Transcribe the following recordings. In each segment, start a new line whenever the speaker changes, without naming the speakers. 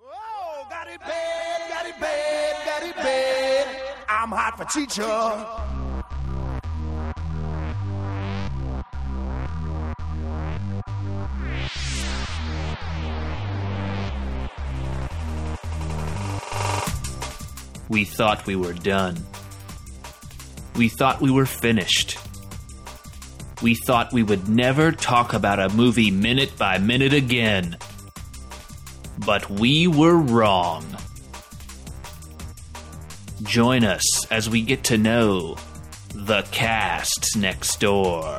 Oh, Got it bad, got it bad, got it bad. I'm hot for teacher.
We thought we were done. We thought we were finished. We thought we would never talk about a movie minute by minute again. But we were wrong. Join us as we get to know the cast next door.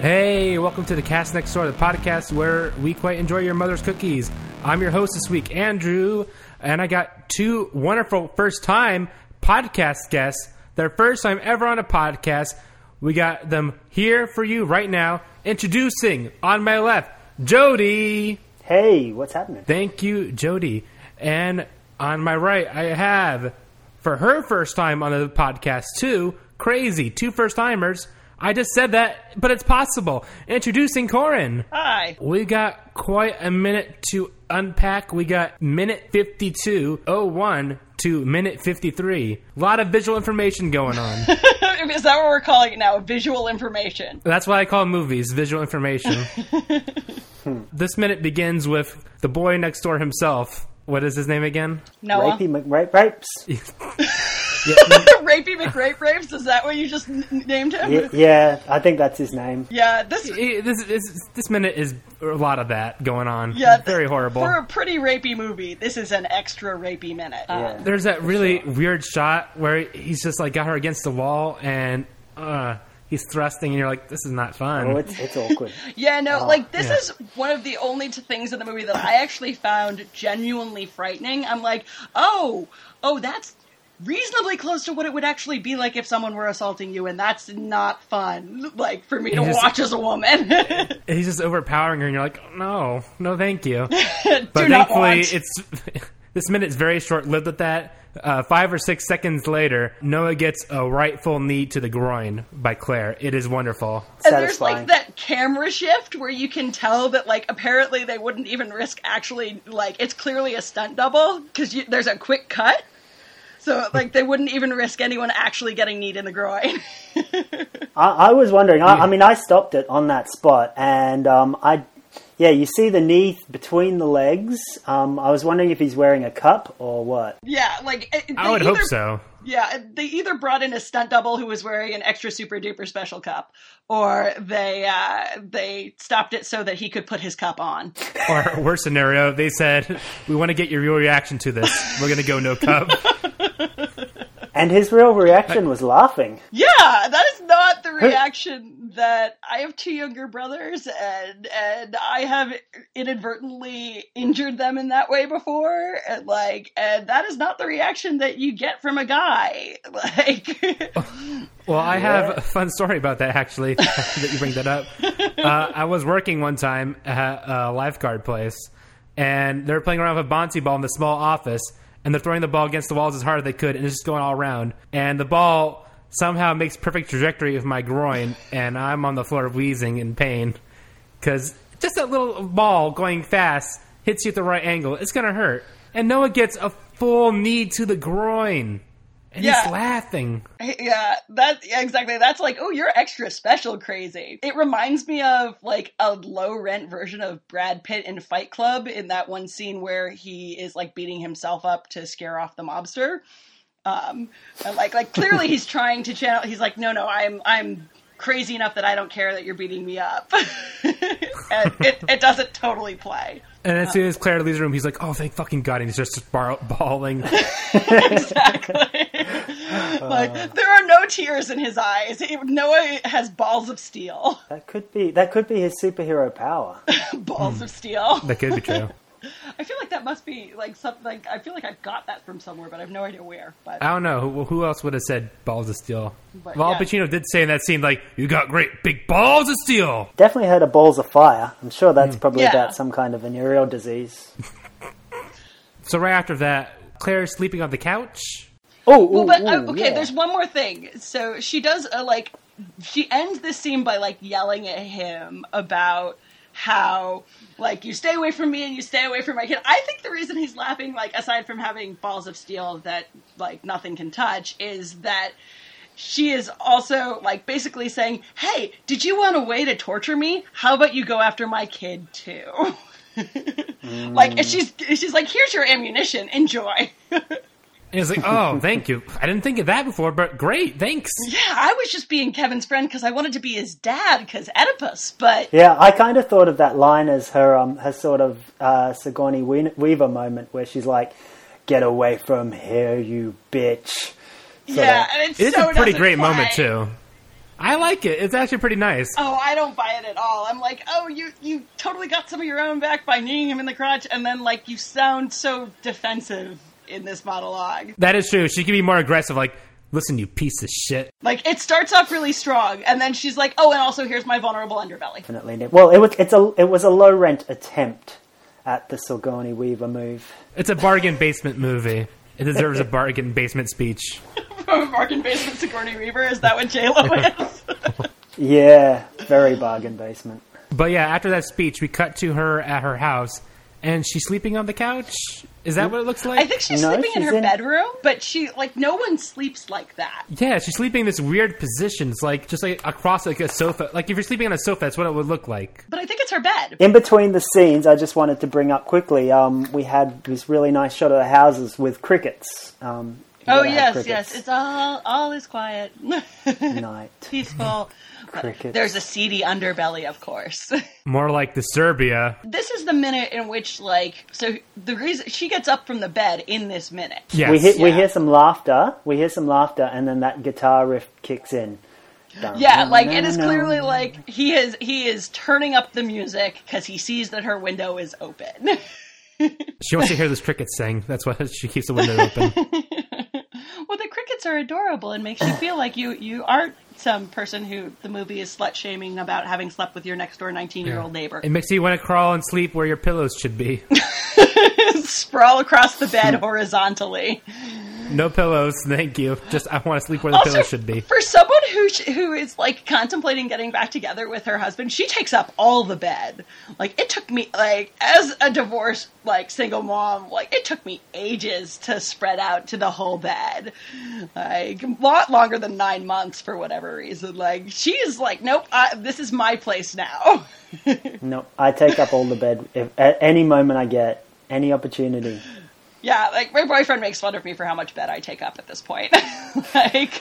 Hey, welcome to the Cast Next Door, the podcast where we quite enjoy your mother's cookies. I'm your host this week, Andrew, and I got two wonderful first time podcast guests. Their first time ever on a podcast. We got them here for you right now. Introducing on my left, Jody.
Hey, what's happening?
Thank you, Jody. And on my right, I have, for her first time on the podcast, too, crazy, two first timers. I just said that, but it's possible. Introducing Corin.
Hi.
We got quite a minute to unpack. We got minute 52.01 to minute 53. A lot of visual information going on.
Is that what we're calling it now? Visual information.
Uh,
That's why I call movies visual information. this minute begins with the boy next door himself. What is his name again?
Noah.
Rapey McRape Rapes. Y-
Rapey McRape Raves? Is that what you just n- named him?
Yeah. I think that's his name.
Yeah, this
Eh, This is this minute is a lot of that going on.
yeah, th-
very horrible.
For a pretty rapey movie, this is an extra rapey minute. Uh,
Yeah.
There's that really weird shot where he's just like got her against the wall and uh, he's thrusting, and you're like, this is not fun.
Oh, it's, it's awkward.
yeah, no,
Oh,
like this
yeah.
is one of the only t- things in the movie that I actually found genuinely frightening. I'm like, oh, oh, that's reasonably close to what it would actually be like if someone were assaulting you, and that's not fun. Like for me to
You just-
watch as a woman. Do
And he's just overpowering her, and you're like, "Oh, no, no, thank you. But
not
thankfully,
watch.
it's this minute's very short lived with that. Uh, five or six seconds later, Noah gets a rightful knee to the groin by Claire. It is wonderful.
And there's
Satisfying.
like that camera shift where you can tell that like apparently they wouldn't even risk actually like it's clearly a stunt double because there's a quick cut, so like they wouldn't even risk anyone actually getting kneed in the groin.
I, I was wondering. I, I mean, I stopped it on that spot, and um, I, yeah, you see the knee between the legs. Um, I was wondering if he's wearing a cup or what.
yeah, like it- they
I would hope
either-
so.
Yeah, they either brought in a stunt double who was wearing an extra super duper special cup, or they uh, they stopped it so that he could put his cup on.
Or worst scenario, they said, "We want to get your real reaction to this. We're gonna go no cup."
And his real reaction was laughing.
Yeah, that is not the reaction that I have two younger brothers and and I have inadvertently injured them in that way before and like and that is not the reaction that you get from a guy. Like
Well, I have a fun story about that actually. that you bring that up. Uh, I was working one time at a lifeguard place, and they were playing around with a bouncy ball in the small office, and they're throwing the ball against the walls as hard as they could, and it's just going all around. And the ball somehow makes perfect trajectory of my groin, and I'm on the floor wheezing in pain because just that little ball going fast hits you at the right angle. It's gonna hurt, and Noah gets a full knee to the groin, and
Yeah.
he's laughing.
Yeah, that yeah, exactly. That's like, oh, you're extra special crazy. It reminds me of like a low rent version of Brad Pitt in Fight Club in that one scene where he is like beating himself up to scare off the mobster. Um, and like like clearly he's trying to channel. He's like, no, no, I'm I'm crazy enough that I don't care that you're beating me up. and it, it doesn't totally play.
And as soon as Claire leaves the room, he's like, "Oh, thank fucking god!" And he's just bar- bawling.
exactly. like there are no tears in his eyes. Noah has balls of steel.
That could be. That could be his superhero power.
balls of steel.
that could be true.
I feel like that must be like something. Like, I feel like I got that from somewhere, but I have no idea where. But
I don't know who, who else would have said balls of steel.
But,
Val
yeah.
Pacino did say in that scene, like, "You got great big balls of steel."
Definitely heard of balls of fire. I'm sure that's probably
Hmm. Yeah.
about some kind of venereal disease.
So right after that, Claire's sleeping on the couch.
Oh,
well,
ooh,
but uh,
ooh,
okay.
yeah.
There's one more thing. So she does uh, like she ends this scene by like yelling at him about how like you stay away from me and you stay away from my kid. I think the reason he's laughing, like aside from having balls of steel that like nothing can touch, is that she is also like basically saying, "Hey, did you want a way to torture me? How about you go after my kid too?" Like
Mm.
and she's she's like, "Here's your ammunition. Enjoy."
And it's like, oh, thank you. I didn't think of that before, but great, thanks.
Yeah, I was just being Kevin's friend because I wanted to be his dad because Oedipus, but
Yeah, I kind of thought of that line as her um, her sort of uh, Sigourney Wea- Weaver moment where she's like, "Get away from here, you bitch." Sort
yeah,
of.
and it's
It is
so
a pretty
doesn't
great moment
fly.
too. I like it. It's actually pretty nice.
Oh, I don't buy it at all. I'm like, oh, you you totally got some of your own back by kneeing him in the crotch, and then like you sound so defensive in this monologue.
That is true. She can be more aggressive. Like, listen, you piece of shit.
Like it starts off really strong, and then she's like, oh, and also here's my vulnerable underbelly.
Definitely. Well, it was it's a it was a low rent attempt at the Sigourney Weaver move.
It's a bargain basement movie. It deserves a bargain basement speech.
Mark and basement Sigourney Weaver is that what J Lo is?
Yeah, very bargain basement.
But yeah, after that speech, we cut to her at her house, and she's sleeping on the couch. Is that what it looks like?
I think she's
No,
sleeping in
she's
her
in-
bedroom, but she like no one sleeps like that.
yeah, she's sleeping in this weird position. It's like just like across like a sofa. Like if you're sleeping on a sofa, that's what it would look like.
But I think it's her bed.
In between the scenes, I just wanted to bring up quickly. Um, we had this really nice shot of the houses with crickets. Um, you
Oh
gotta have
yes,
crickets
yes. It's all all is quiet,
night.
peaceful.
Crickets.
There's a seedy underbelly, of course.
More like the Serbia.
this is the minute in which like so the reason she gets up from the bed in this minute
Yes.
we hear, we
yeah.
hear some laughter. We hear some laughter, and then that guitar riff kicks in. Dun,
yeah
dun,
like
dun,
it is
dun.
clearly like he is he is turning up the music because he sees that her window is open
she wants to hear this cricket sing. That's why she keeps the window open.
well the crickets are adorable and makes you feel like you you aren't some person who the movie is slut shaming about having slept with your next door 19 year old neighbor
It makes you want to crawl and sleep where your pillows should be.
sprawl across the bed horizontally
No pillows, thank you. Just I want to sleep where the
also
pillows should be.
for someone who sh- who is like contemplating getting back together with her husband she takes up all the bed like it took me like as a divorced like single mom like it took me ages to spread out to the whole bed like a lot longer than nine months for whatever reason like she's like nope I, this is my place now
No, I take up all the bed if, at any moment I get any opportunity.
yeah like my boyfriend makes fun of me for how much bed i take up at this point like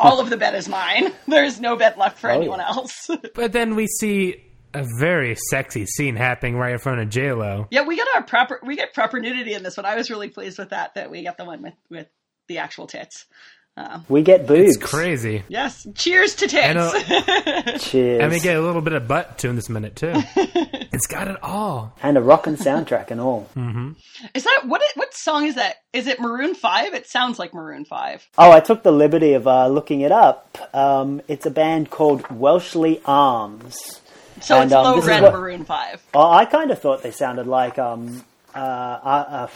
all of the bed is mine there's no bed left
Oh.
for
yeah.
anyone else
But then we see a very sexy scene happening right in front of J Lo.
Yeah, we got our proper we get proper nudity in this one. I was really pleased with that that we got the one with with the actual tits.
We get boobs.
It's crazy.
Yes, cheers to tits.
And, uh,
Cheers.
and we get a little bit of butt too in this minute too. it's got it all.
and a rockin' soundtrack and all.
is that what? It, what song is that? Is it Maroon Five? It sounds like Maroon Five.
Oh, I took the liberty of uh, looking it up. Um, it's a band called Welshly Arms.
So
And,
it's
um,
low
this is
rent
what-
Maroon Five.
Oh, I kind of thought they sounded like um, uh, uh, uh,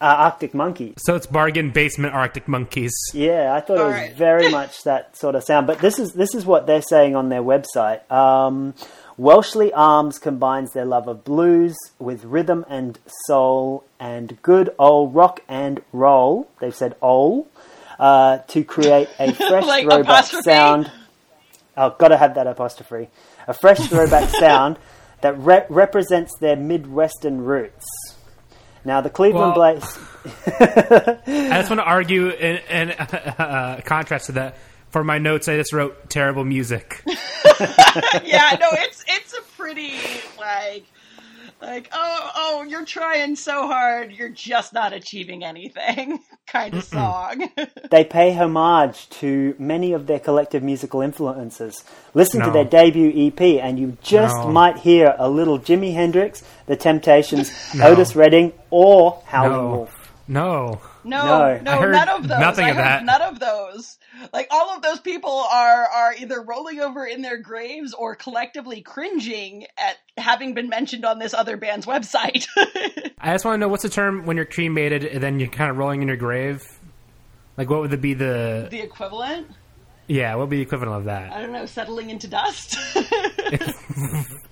uh, Arctic Monkeys.
So it's bargain basement Arctic monkeys.
Yeah, I thought it was
Alright.
very much that sort of sound. But this is this is what they're saying on their website. Um, Welshly Arms combines their love of blues with rhythm and soul and good old rock and roll. They've said "old" uh, to create a fresh
Like
throwback
apostrophe?
sound. Oh, gotta have that apostrophe. A fresh throwback sound that re- represents their Midwestern roots. Now, the Cleveland
Well-
Blaze.
I just want to argue in, in uh, contrast to that. For my notes, I just wrote terrible music.
yeah, no, it's it's a pretty like like oh oh you're trying so hard, you're just not achieving anything kind of song.
They pay homage to many of their collective musical influences. Listen to
No.
their debut EP, and you just
No.
might hear a little Jimi Hendrix, The Temptations, Otis Redding, or Howling
No,
Wolf.
no.
No,
No.
no,
I
heard
none of those.
nothing
I
of
heard
that.
None of those. Like all of those people are are either rolling over in their graves or collectively cringing at having been mentioned on this other band's website.
I just want to know what's the term when you're cremated and then you're kind of rolling in your grave. Like, what would be the
the equivalent.
Yeah, what would be the equivalent of that?
I don't know, settling into dust.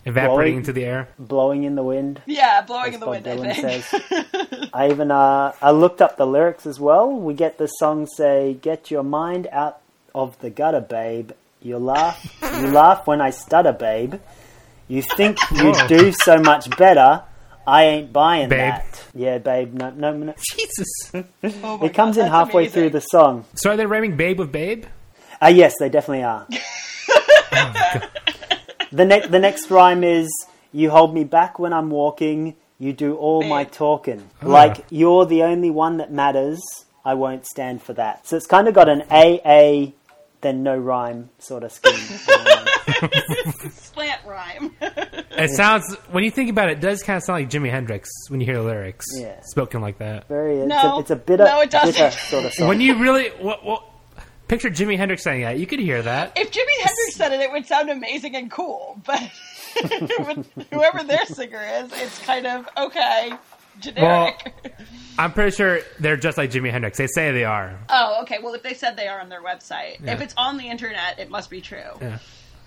Evaporating
Blowing-
into the air.
Blowing in the wind.
yeah, blowing in the
Bob
wind. I
Dylan
think.
says. I even uh, I looked up the lyrics as well. We get the song say, "Get your mind out of the gutter, babe. You laugh, you laugh when I stutter, babe. You think you
Whoa.
do so much better. I ain't buying
Babe.
that. Yeah, babe. No, no, no.
Jesus.
Oh my
It comes
God,
in
that's
halfway
amazing.
through the song.
So are they rhyming babe with babe?
Ah, yes, they definitely are. the next the next rhyme is you hold me back when I'm walking. You do all my
Babe.
talking. Like you're the only one that matters. I won't stand for that. So it's kind of got an AA then no rhyme sort of scheme. Um,
slant rhyme.
It sounds when you think about it, it does kind of sound like Jimi Hendrix when you hear the lyrics
Yeah.
spoken like that.
very it's,
No.
a, it's a bitter,
No, it doesn't.
bitter sort of song.
When you really what, what, picture Jimi Hendrix saying that, you could hear that.
if Jimi Hendrix said it, it would sound amazing and cool. But with whoever their singer is, it's kind of okay, generic.
I'm pretty sure they're just like Jimi Hendrix. They say they are.
oh, okay. Well, if they said they are on their website, if it's on the internet, it must be true.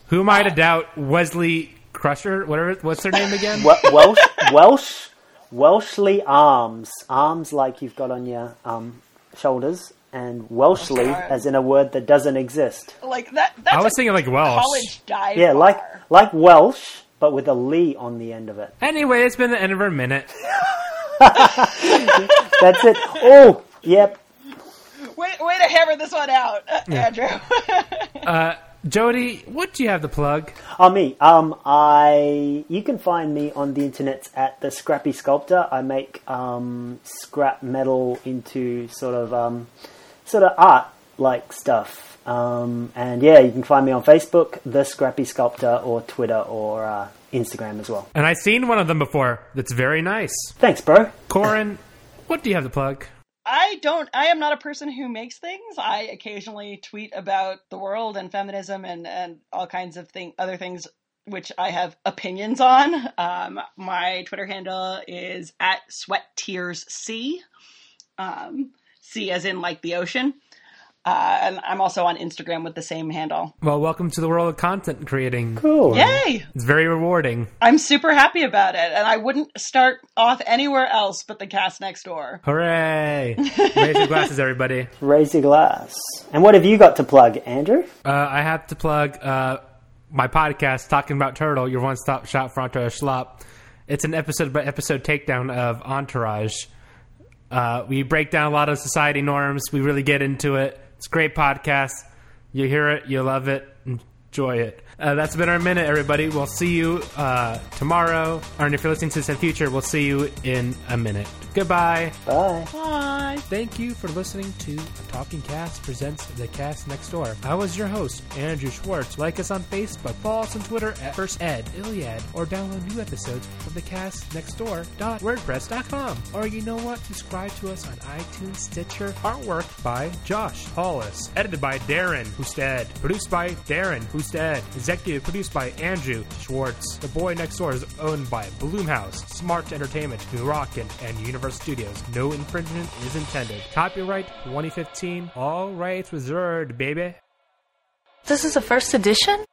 Who am I to doubt Wesley Crusher? Whatever, what's their name again?
Wel- Welsh Welsh Welshly arms arms like you've got on your um, shoulders and Welshly
Okay.
as in a word that doesn't exist.
Like that. That's
I was
a
thinking like Welsh.
college dive.
Yeah, like
bar.
like Welsh, but with a Lee on the end of it.
Anyway, it's been the end of our minute.
That's it. Oh, yep.
way, way to hammer this one out, uh, Andrew.
Uh, Jody, what do you have to plug?
Oh, me. Um, I you can find me on the internet at the Scrappy Sculptor. I make um, scrap metal into sort of um, sort of art like stuff. Um, and yeah, you can find me on Facebook, the Scrappy Sculptor, or Twitter or uh, Instagram as well.
And I've seen one of them before. That's very nice.
Thanks, bro.
Corin, what do you have to plug?
I don't. I am not a person who makes things. I occasionally tweet about the world and feminism and and all kinds of thing, other things which I have opinions on. Um, my Twitter handle is at sweat tears c, um, c as in like the ocean. Uh, and I'm also on Instagram with the same handle.
Well, welcome to the world of content creating.
Cool.
Yay!
It's very rewarding.
I'm super happy about it, and I wouldn't start off anywhere else but the cast next door.
Hooray! Raise your glasses, everybody.
Raise your glass. And what have you got to plug, Andrew?
Uh, I have to plug uh, my podcast, Talking About Turtle, your one stop shop for Entourage Slop. It's an episode by episode takedown of Entourage. Uh, we break down a lot of society norms. We really get into it. It's a great podcast. You hear it, you love it, enjoy it. Uh, that's been our minute, everybody. We'll see you uh, tomorrow. Or if you're listening to this in the future, we'll see you in a minute. Goodbye.
Bye.
Bye.
Thank you for listening to A Talking Cast presents The Cast Next Door. I was your host, Andrew Schwartz. Like us on Facebook, follow us on Twitter at First Ed, Iliad, or download new episodes from the cast next door.wordpress.com. Or you know what? Subscribe to us on iTunes, Stitcher, artwork by Josh Hollis. Edited by Darren Husted. Produced by Darren Husted. Executive produced by Andrew Schwartz. The Boy Next Door is owned by Bloomhouse, Smart Entertainment, New Rockin', and Universal Studios. No infringement is intended. Copyright 2015. All rights reserved, baby.
This is a first edition?